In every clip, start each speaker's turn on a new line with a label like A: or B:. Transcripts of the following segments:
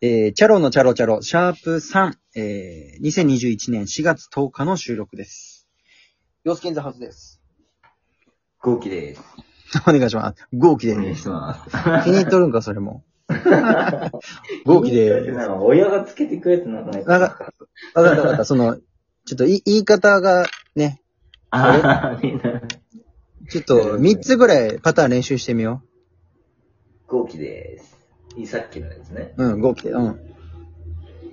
A: えー、チャロのチャロチャロ、シャープ3、えー、2021年4月10日の収録です。洋介インザハウスです。
B: 豪気です。
A: お願いします。豪気
B: お
A: で
B: 願い
A: ー
B: し
A: す。
B: ます。
A: 気に入っとるんか、それ も。豪気でーす。
B: なんか親がつけてくれてなんかね。
A: なんか、わかった わかった。その、ちょっとい言い方がね、
B: ああ、みんな。
A: ちょっと3つぐらいパターン練習してみよ
B: 豪気です。いいさっきのですね。
A: う。うん、豪気で、うん。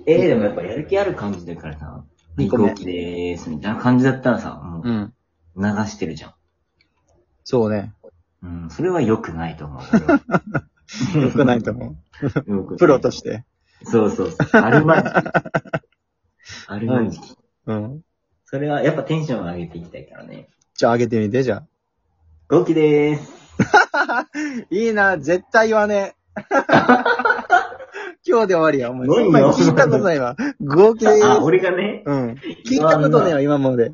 B: ええでもやっぱやる気ある感じだからさ、
A: 二個目
B: 豪気でーす、みたいな感じだったらさ、もう
A: うん。
B: 流してるじゃん。
A: そうね。
B: うん、それは良くないと思う。
A: 良くないと思
B: 良くな
A: う。
B: い
A: プロとして。
B: そうそうそう。あるまじき。あるまじき。
A: うん。
B: それはやっぱテンションを上げていきたいからね。
A: じゃあ上げてみて、じゃあ。
B: 豪気でーす。
A: いいな、絶対言わね え。今日で終わりや、お前。
B: 何
A: お前聞いたことないわ。豪気で
B: あ、
A: ーす。
B: 俺がね、
A: うん。聞いたことないわ、今まで。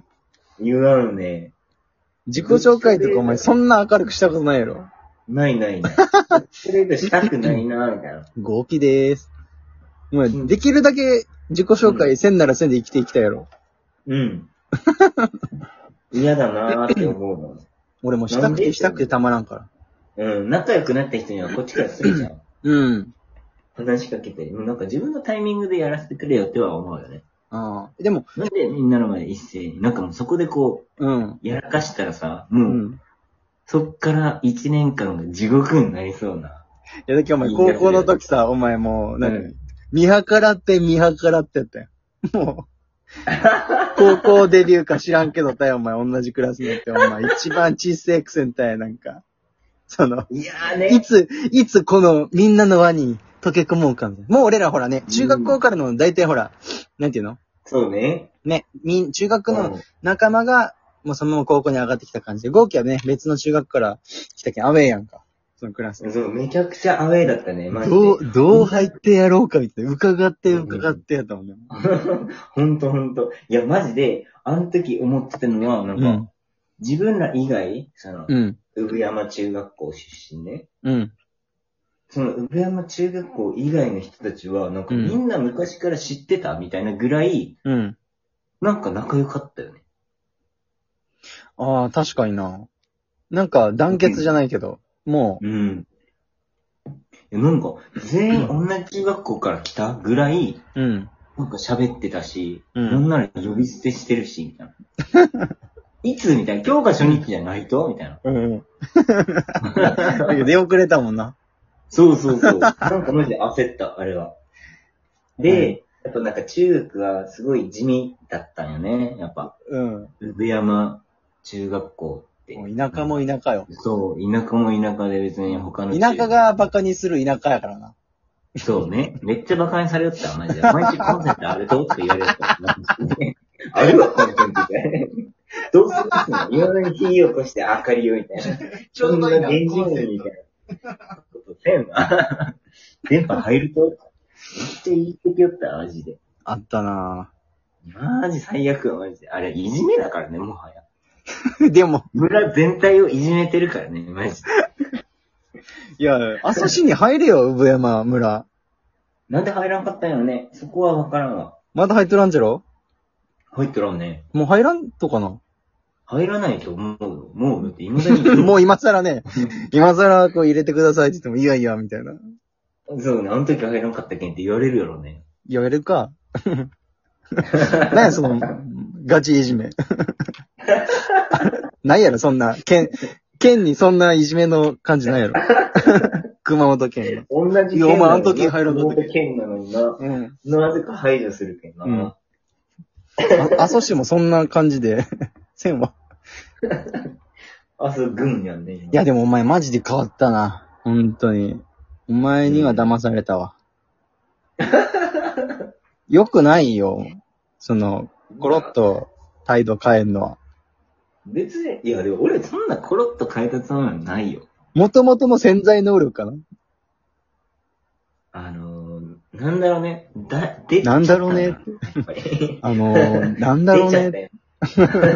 B: 言わんね。
A: 自己紹介とかお前、そんな明るくしたことないやろ。
B: ないないない。ストレートしたくないな、みたいな。
A: 豪気でーす。お前、
B: うん
A: できるだけ自己紹介せんならせんで生きていきたいやろ。
B: うん。嫌だなーって思うもん。
A: 俺もしたくてしたくてたまらんから。
B: うん、仲良くなった人にはこっちからするじゃん。
A: うん。
B: 話しかけて、うんなんか自分のタイミングでやらせてくれよっては思うよね。
A: ああ。でも、
B: なんでみんなの前で一斉に、なんかもうそこでこ
A: うん。
B: う、やらかしたらさ、
A: う
B: もう、
A: ん。
B: そっから一年間が地獄になりそうな。
A: いや、だけどお前、
B: いいやつ
A: 高校の時さ、お前もう、何、
B: うん
A: 見計らって見計らってやったよ。 もう、高校デビューか知らんけどたよ、お前、同じクラスになって、お前、一番小さいくせんたや、なんか。その、
B: いやー
A: い
B: ね。
A: つ、いつこの、みんなの輪に溶け込もうかみたいな。もう俺らほらね、中学校からの、大体ほら、なんていうの
B: そうね。
A: ね、みん、中学の
B: うん
A: 仲間が、もうそのまま高校に上がってきた感じで、豪輝はね、別の中学から来たけん、アウェイやんか。そのクラス。
B: そう、めちゃくちゃアウェイだったね、マジで。
A: どう、どう入ってやろうかみたいな。伺って、伺ってやったもんね。
B: ほんとほんと。いや、マジで、あの時思ってたのは、なんか、
A: うん
B: 自分ら以外、その、
A: うん。
B: 産山中学校出身ね。
A: うん。
B: その、産山中学校以外の人たちは、なんか、
A: うん
B: みんな昔から知ってたみたいなぐらい、
A: うん。
B: なんか仲良かったよね。
A: ああ、確かにな。なんか、団結じゃないけど、も
B: うん。いや、なんか、全員同じ中学校から来たぐらい、
A: う、うん。
B: なんか喋ってたし、
A: うん
B: なんなら呼び捨てしてるし、みたいな。 いつみたいな。今日が初日じゃないと みたいな。
A: うんうん。だ けど出遅れたもんな。
B: そうそうそう。 なんかマジで焦った、あれは。で、やっぱなんか中学はすごい地味だったんよね。やっぱ、
A: うん。
B: 産山中学校って。
A: もう田舎も田舎よ。
B: そう、田舎も田舎で別に他の中
A: 田舎。がバカにする田舎やからな。
B: そうね。めっちゃ馬鹿にされよったわ、マジで。毎日コンセントあれとって言われるから。 あれはコンセントで。どうするの夜に火起こして明かりをみたいな。
A: ちょうどいいな
B: 電人部みたいな。ことせんわ。電波入ると、めっちゃ言ってきよった、マジで。
A: あったな
B: マジ最悪よ、マジで。あれ、いじめだからね、もはや。
A: ぁでも、
B: 村全体をいじめてるからね、マジで。
A: いや、阿蘇市に入れよ、産山村。
B: なんで入らんかったんよね。そこはわからんわ。
A: まだ入っとらんじゃろ
B: 入っとらんね。
A: もう入らんとか な。
B: 入らないと思うよ。もう、だって未だに。
A: もう今更ね、今更こう入れてくださいって言っても、いやいや、みたいな。
B: そうね、あの時入らんかったけんって言われるやろね。
A: 言われるか。何や、その、ガチいじめ。ないやろ、そんな、県、県にそんないじめの感じないやろ。熊本県
B: 同じ
A: いやお前あの時入らんかったけん
B: 県なのにな。
A: の。うん。
B: なぜか排除するけんな。
A: うんあ、阿蘇市もそんな感じで、せんわ。
B: あ、そう、軍やんね。今
A: いや、、でもお前マジで変わったな。本当に。お前には騙されたわ。よくないよ。その、コロッ。と態度変えんのは。
B: 別に、いや、でも俺そんなコロッと変えたつもりはないよ。
A: もともとの潜在能力かな。
B: あのー、なんだろうね。だ、出
A: なんだろうね
B: やっぱり
A: あのー、なんだろうね。
B: 出ちゃった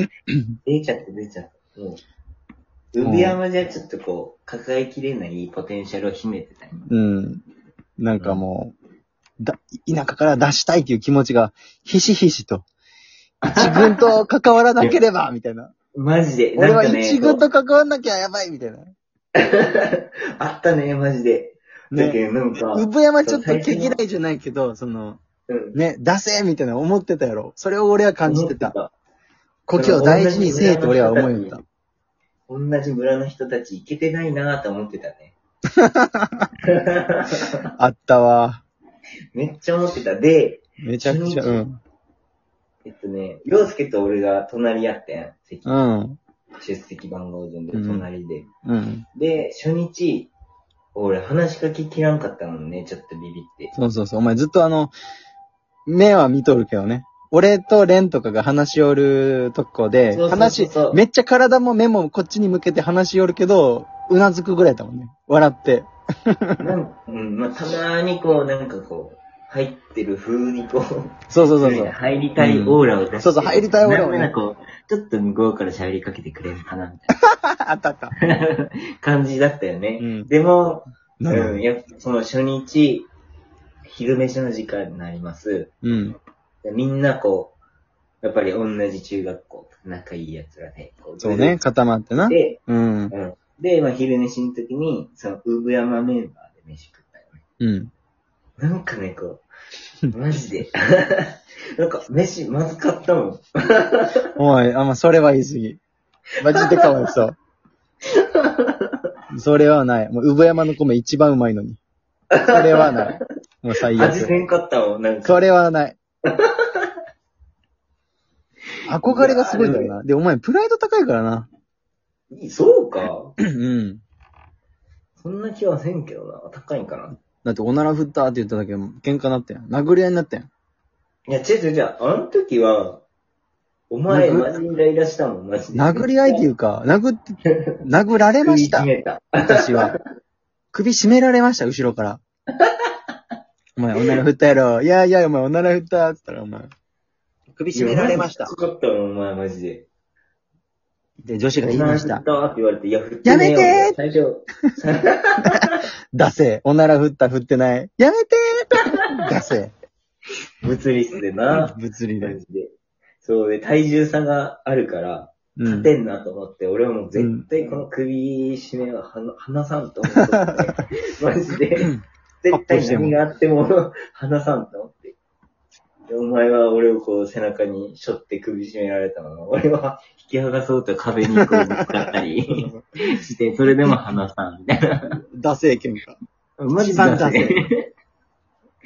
B: よ 出ちゃって出ちゃった。もう。産山じゃちょっとこう、抱えきれないポテンシャルを秘めてたよ。
A: うん。なんかもう、だ、田舎から出したいっていう気持ちが、ひしひしと、一軍と関わらなけれ ば、みたいな。
B: マジで。
A: 俺は
B: なんかね
A: 一軍と関わらなきゃやばい、みたいな。
B: あったね、マジで。だ
A: ね。
B: けど、なんか、
A: 産山ちょっと毛嫌いじゃないけど、その、
B: うん。
A: ね、出せみたいな思ってたやろ。それを俺は感じてた。
B: 思っ
A: 故郷を大事にせえって俺は思いよった。
B: 同じ村の人たち行けてないなーって思ってたね。
A: あったわ。
B: めっちゃ思ってた。で、
A: めちゃくちゃ、うん。
B: えっとね、洋介と俺が隣やったやん。席
A: うん。
B: 出席番号順で
A: うん
B: 隣で。
A: うん。
B: で、初日、俺話しかけきらんかったのね、ちょっとビビって。
A: そうそうそう。お前ずっとあの、目は見とるけどね。俺とレンとかが話しおるとこで、
B: そうそうそう
A: 話
B: そう、
A: めっちゃ体も目もこっちに向けて話しおるけど、うなずくぐらいだもんね。笑って。
B: なんうん、まあ、たまーにこう、なんかこう、入ってる風にこう、
A: そうそうそうそう。
B: 入りたいオーラを出して、
A: そうそう入りたいオーラをね
B: なんならこう、ちょっと向こうから喋りかけてくれるかな、みたい
A: あったあった。
B: な感じだったよね。
A: うん
B: でも、
A: な
B: うん、
A: る
B: やっぱその初日、昼飯の時間になります。
A: うん。
B: でみんなこう、やっぱり同じ中学校、仲いい奴らで、こう、
A: そうね、固まってな。
B: で、
A: うん。
B: うん。で、まあ、昼飯の時に、その、産山メンバーで飯食ったよね。
A: うん。
B: なんかね、こ う、マジで。 なんか、飯まずかったもん。
A: おい、あ、まあ、それは言い過ぎ。マジでかわい そう。それはない。もう、産山の米一番うまいのに。それはない。もう最
B: 味せ
A: 悪。
B: んかったもん、なんか。
A: それは ない。憧れがすごいんだよな。で、お前、プライド高いからな。
B: そうか。
A: うん。
B: そんな気はせんけどな。高いんかな。
A: だって、おなら振ったって言っただけでも、喧嘩なったやん。殴り合いになったやん。
B: いや、違う違う違う。あの時は、お前、
A: 殴
B: マジにイライラしたもん、マジで。。
A: 殴り合いっていううか、殴 って、殴られまし
B: 食
A: た
B: い。締めた。
A: 私は。首絞められました、後ろから。お前、おなら振ったやろ。いやいや、お前、おなら振ったっつったら、お前。首絞められました
B: いやマジ。きつかったもん、お前、マジで。
A: で、女子が言いまし
B: お
A: た
B: 前振っ。たわって言われて、いや、振ってねえよ
A: やめてー
B: 最初、
A: 出せ。おなら振った、振ってない。やめてー出せ。
B: 物理室 でな。
A: 物理
B: マ
A: で。
B: ジで。そうで、体重差があるから、
A: う
B: 勝
A: ん。
B: てんなと思って、俺はもう絶対この首絞めははな離さんと思って、マ ジで。絶対何があっても離さんと思って。でお前は俺をこう背中に背負って首絞められたの。俺は引き剥がそうと壁にこうぶつかっ たりして、それでも離さんみたいな。
A: 出せ、喧嘩。
B: マ
A: 一番出せ。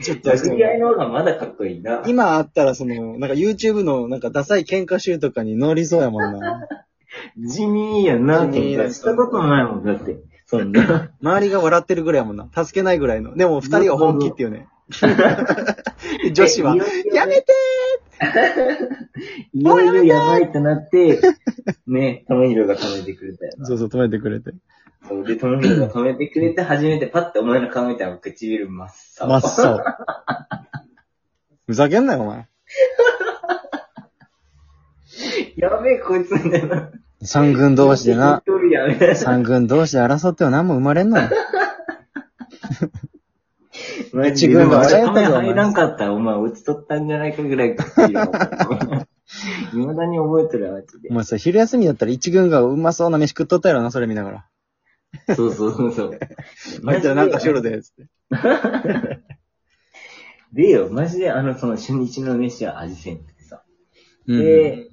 A: ちょっと、そ
B: 殴
A: の
B: り合いの方がまだかっこいいな。
A: 今あったら、その、なんか YouTube の、なんかダサい喧嘩集とかに乗りそうやもんな。
B: 地味やな、
A: 地味
B: 喧
A: だ
B: 嘩したことないもん、だって。そん な。
A: 周りが笑ってるぐらいやもんな。助けないぐらいの。でも、二人は本気っていうね。で女子は、やめて
B: いろいろやばいってな って、ね、ともひろが止めてくれたよな。
A: そうそう、止めてくれて。
B: そうで、ともひろが止めてくれて、初めてパッてお前の顔見たら唇真っ青。
A: 真っ青。ふざけんなよ、お前。
B: やべえ、こいつみたいな。
A: 三軍同士でな。
B: 一人やみたいな
A: 三軍同士で争っては何も生まれんのよ。
B: マ
A: 一
B: ジで
A: 軍が
B: 俺
A: 笑え
B: お
A: たぞ
B: 前入らんかったら、お前落ちとったんじゃないかぐらい唇真っ 青。いまだに覚えてるわ、マジ
A: お前さ、昼休みだったら一軍がうまそうな飯食っとったやろな、それ見ながら。
B: で。そうそうそうそう。
A: あいつらなんかしろで、つって。
B: でよ、マジであの、その初日の飯は味せんってさ。
A: うん。
B: で、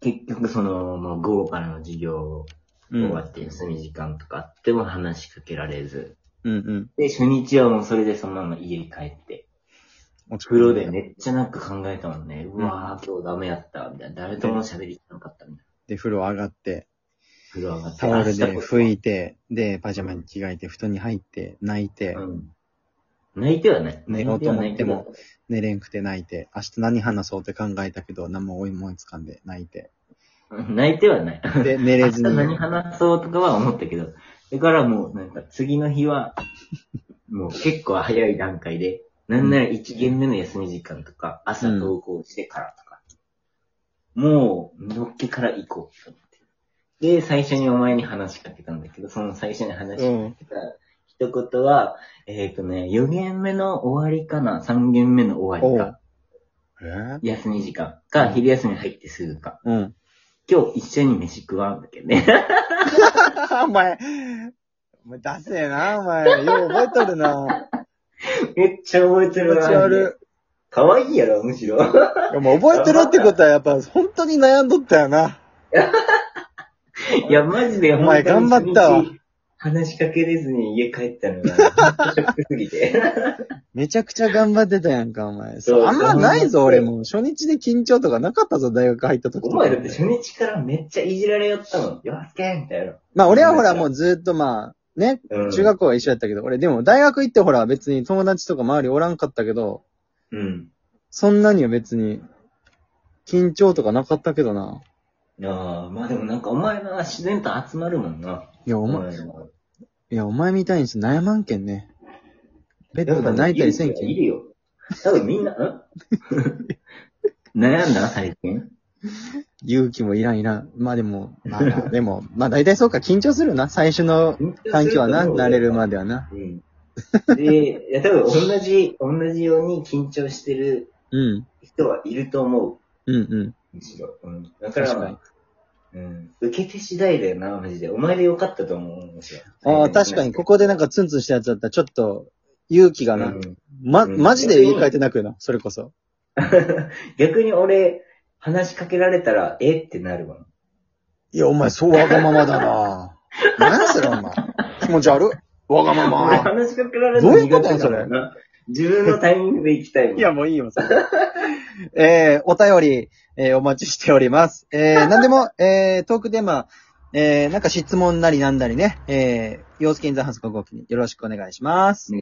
B: 結局その、もう午後からの授業
A: うん
B: 終わって休み時間とかあっても話しかけられず。
A: うんうん。
B: で、初日はもうそれでそのまま家に帰って。
A: 落ち
B: 風呂で。めっちゃなんか考えたもんね。うわぁ、今日ダメやった、みたいな。誰とも喋りなかった、みたいな。
A: で、風呂上がって、
B: 風呂上がって。
A: タオルで拭
B: い
A: いて、で、パジャマに着替えて、布団に入って、泣いて
B: う、ん。泣いてはない。
A: 寝ようと思っても。寝れんくて泣いて、明日何話そうって考えたけど、何も思いつかんで泣いて。
B: 泣いてはない。
A: で、寝れ
B: 明
A: ず
B: 日
A: に。
B: 何話そうとかは思ったけど。だからもう、なんか次の日は、もう結構早い段階で、なんなら1限目の休み時間とか、朝登校してからとか。もう、のっけから行こうと思って。で、最初にお前に話しかけたんだけど、その最初に話しかけた一言は、えっ、とね、4限目の終わりかな ?3 限目の終わりか。
A: えー
B: 休み時間か、昼休み入ってすぐか。
A: うん。
B: 今日一緒に飯食わんだけどね。
A: お前、お前、ダセえな、お前。よう覚えとるな。
B: めっちゃ覚えて
A: 気
B: る
A: 持
B: わ。
A: ち悪
B: かわいいやろ、むし ろ。
A: い。でも覚えてるってことは、やっぱ、本当に悩んどったよな。
B: いや、マジで、
A: お前頑張ったわ。
B: 話しかけれずに家帰ったのが、ショックすぎて。
A: めちゃくちゃ頑張ってたやんか、お前。
B: そ
A: そ
B: う
A: うあんまないぞ、
B: 頑張っ
A: 俺
B: て
A: も。初日で緊張とかなかったぞ、大学入った時と
B: お
A: か。
B: 前だって初日からめっちゃいじられよったもん。よすけみたいな。
A: まあ、俺はほら、もうずっとまあ、ね、
B: うん
A: 中学校は一緒やったけど、俺、でも大学行ってほら、別に友達とか周りおらんかったけど、
B: うん。
A: そんなには別に、緊張とかなかったけどな。
B: ああ、まあでもなんかお前が自然と集まるもんな。
A: いや、お前、
B: 前
A: いや、お前みたいにして悩まんけんね。ベッドで泣いたりせんけ
B: い
A: ん。
B: るよ。多分みんな、ん 悩んだ最近。
A: 勇気もいらんいらん。まあでも、まあ、 でも、まあ大体そうか、緊張するな。最初の環境はな、慣れるまではな。
B: うん。で、いや多分同じ、同じように緊張してる
A: うん。
B: 人はいると思う。
A: うんうん。
B: むしろ。うん。だから、
A: 確かに。
B: うん。受け手次第だよな、マジで。お前でよかったと思う。むしろ
A: ああ、確かに、ここでなんかツンツンしたやつだったら、ちょっと、勇気が
B: う
A: な。
B: ん
A: ま、
B: うん
A: マジで言い換えてなくよな、それこそ。
B: 逆に俺、話しかけられたら、えってなるわ。
A: いや、お前、そうわがままだな。 何それ、お前。気持ち悪い。わがま
B: 俺
A: ま。
B: 話しかけられたら苦手だ
A: どうい
B: も
A: うん
B: な。自分のタイミングで行きたいも ん。
A: いや、もういいよ、それ。 えー、お便り、えー、お待ちしております。え ー、なんでも、えー、トークテーマ、えー、なんか質問なりなんだりね、えー、洋介インザハウスごごきによろしくお願いします。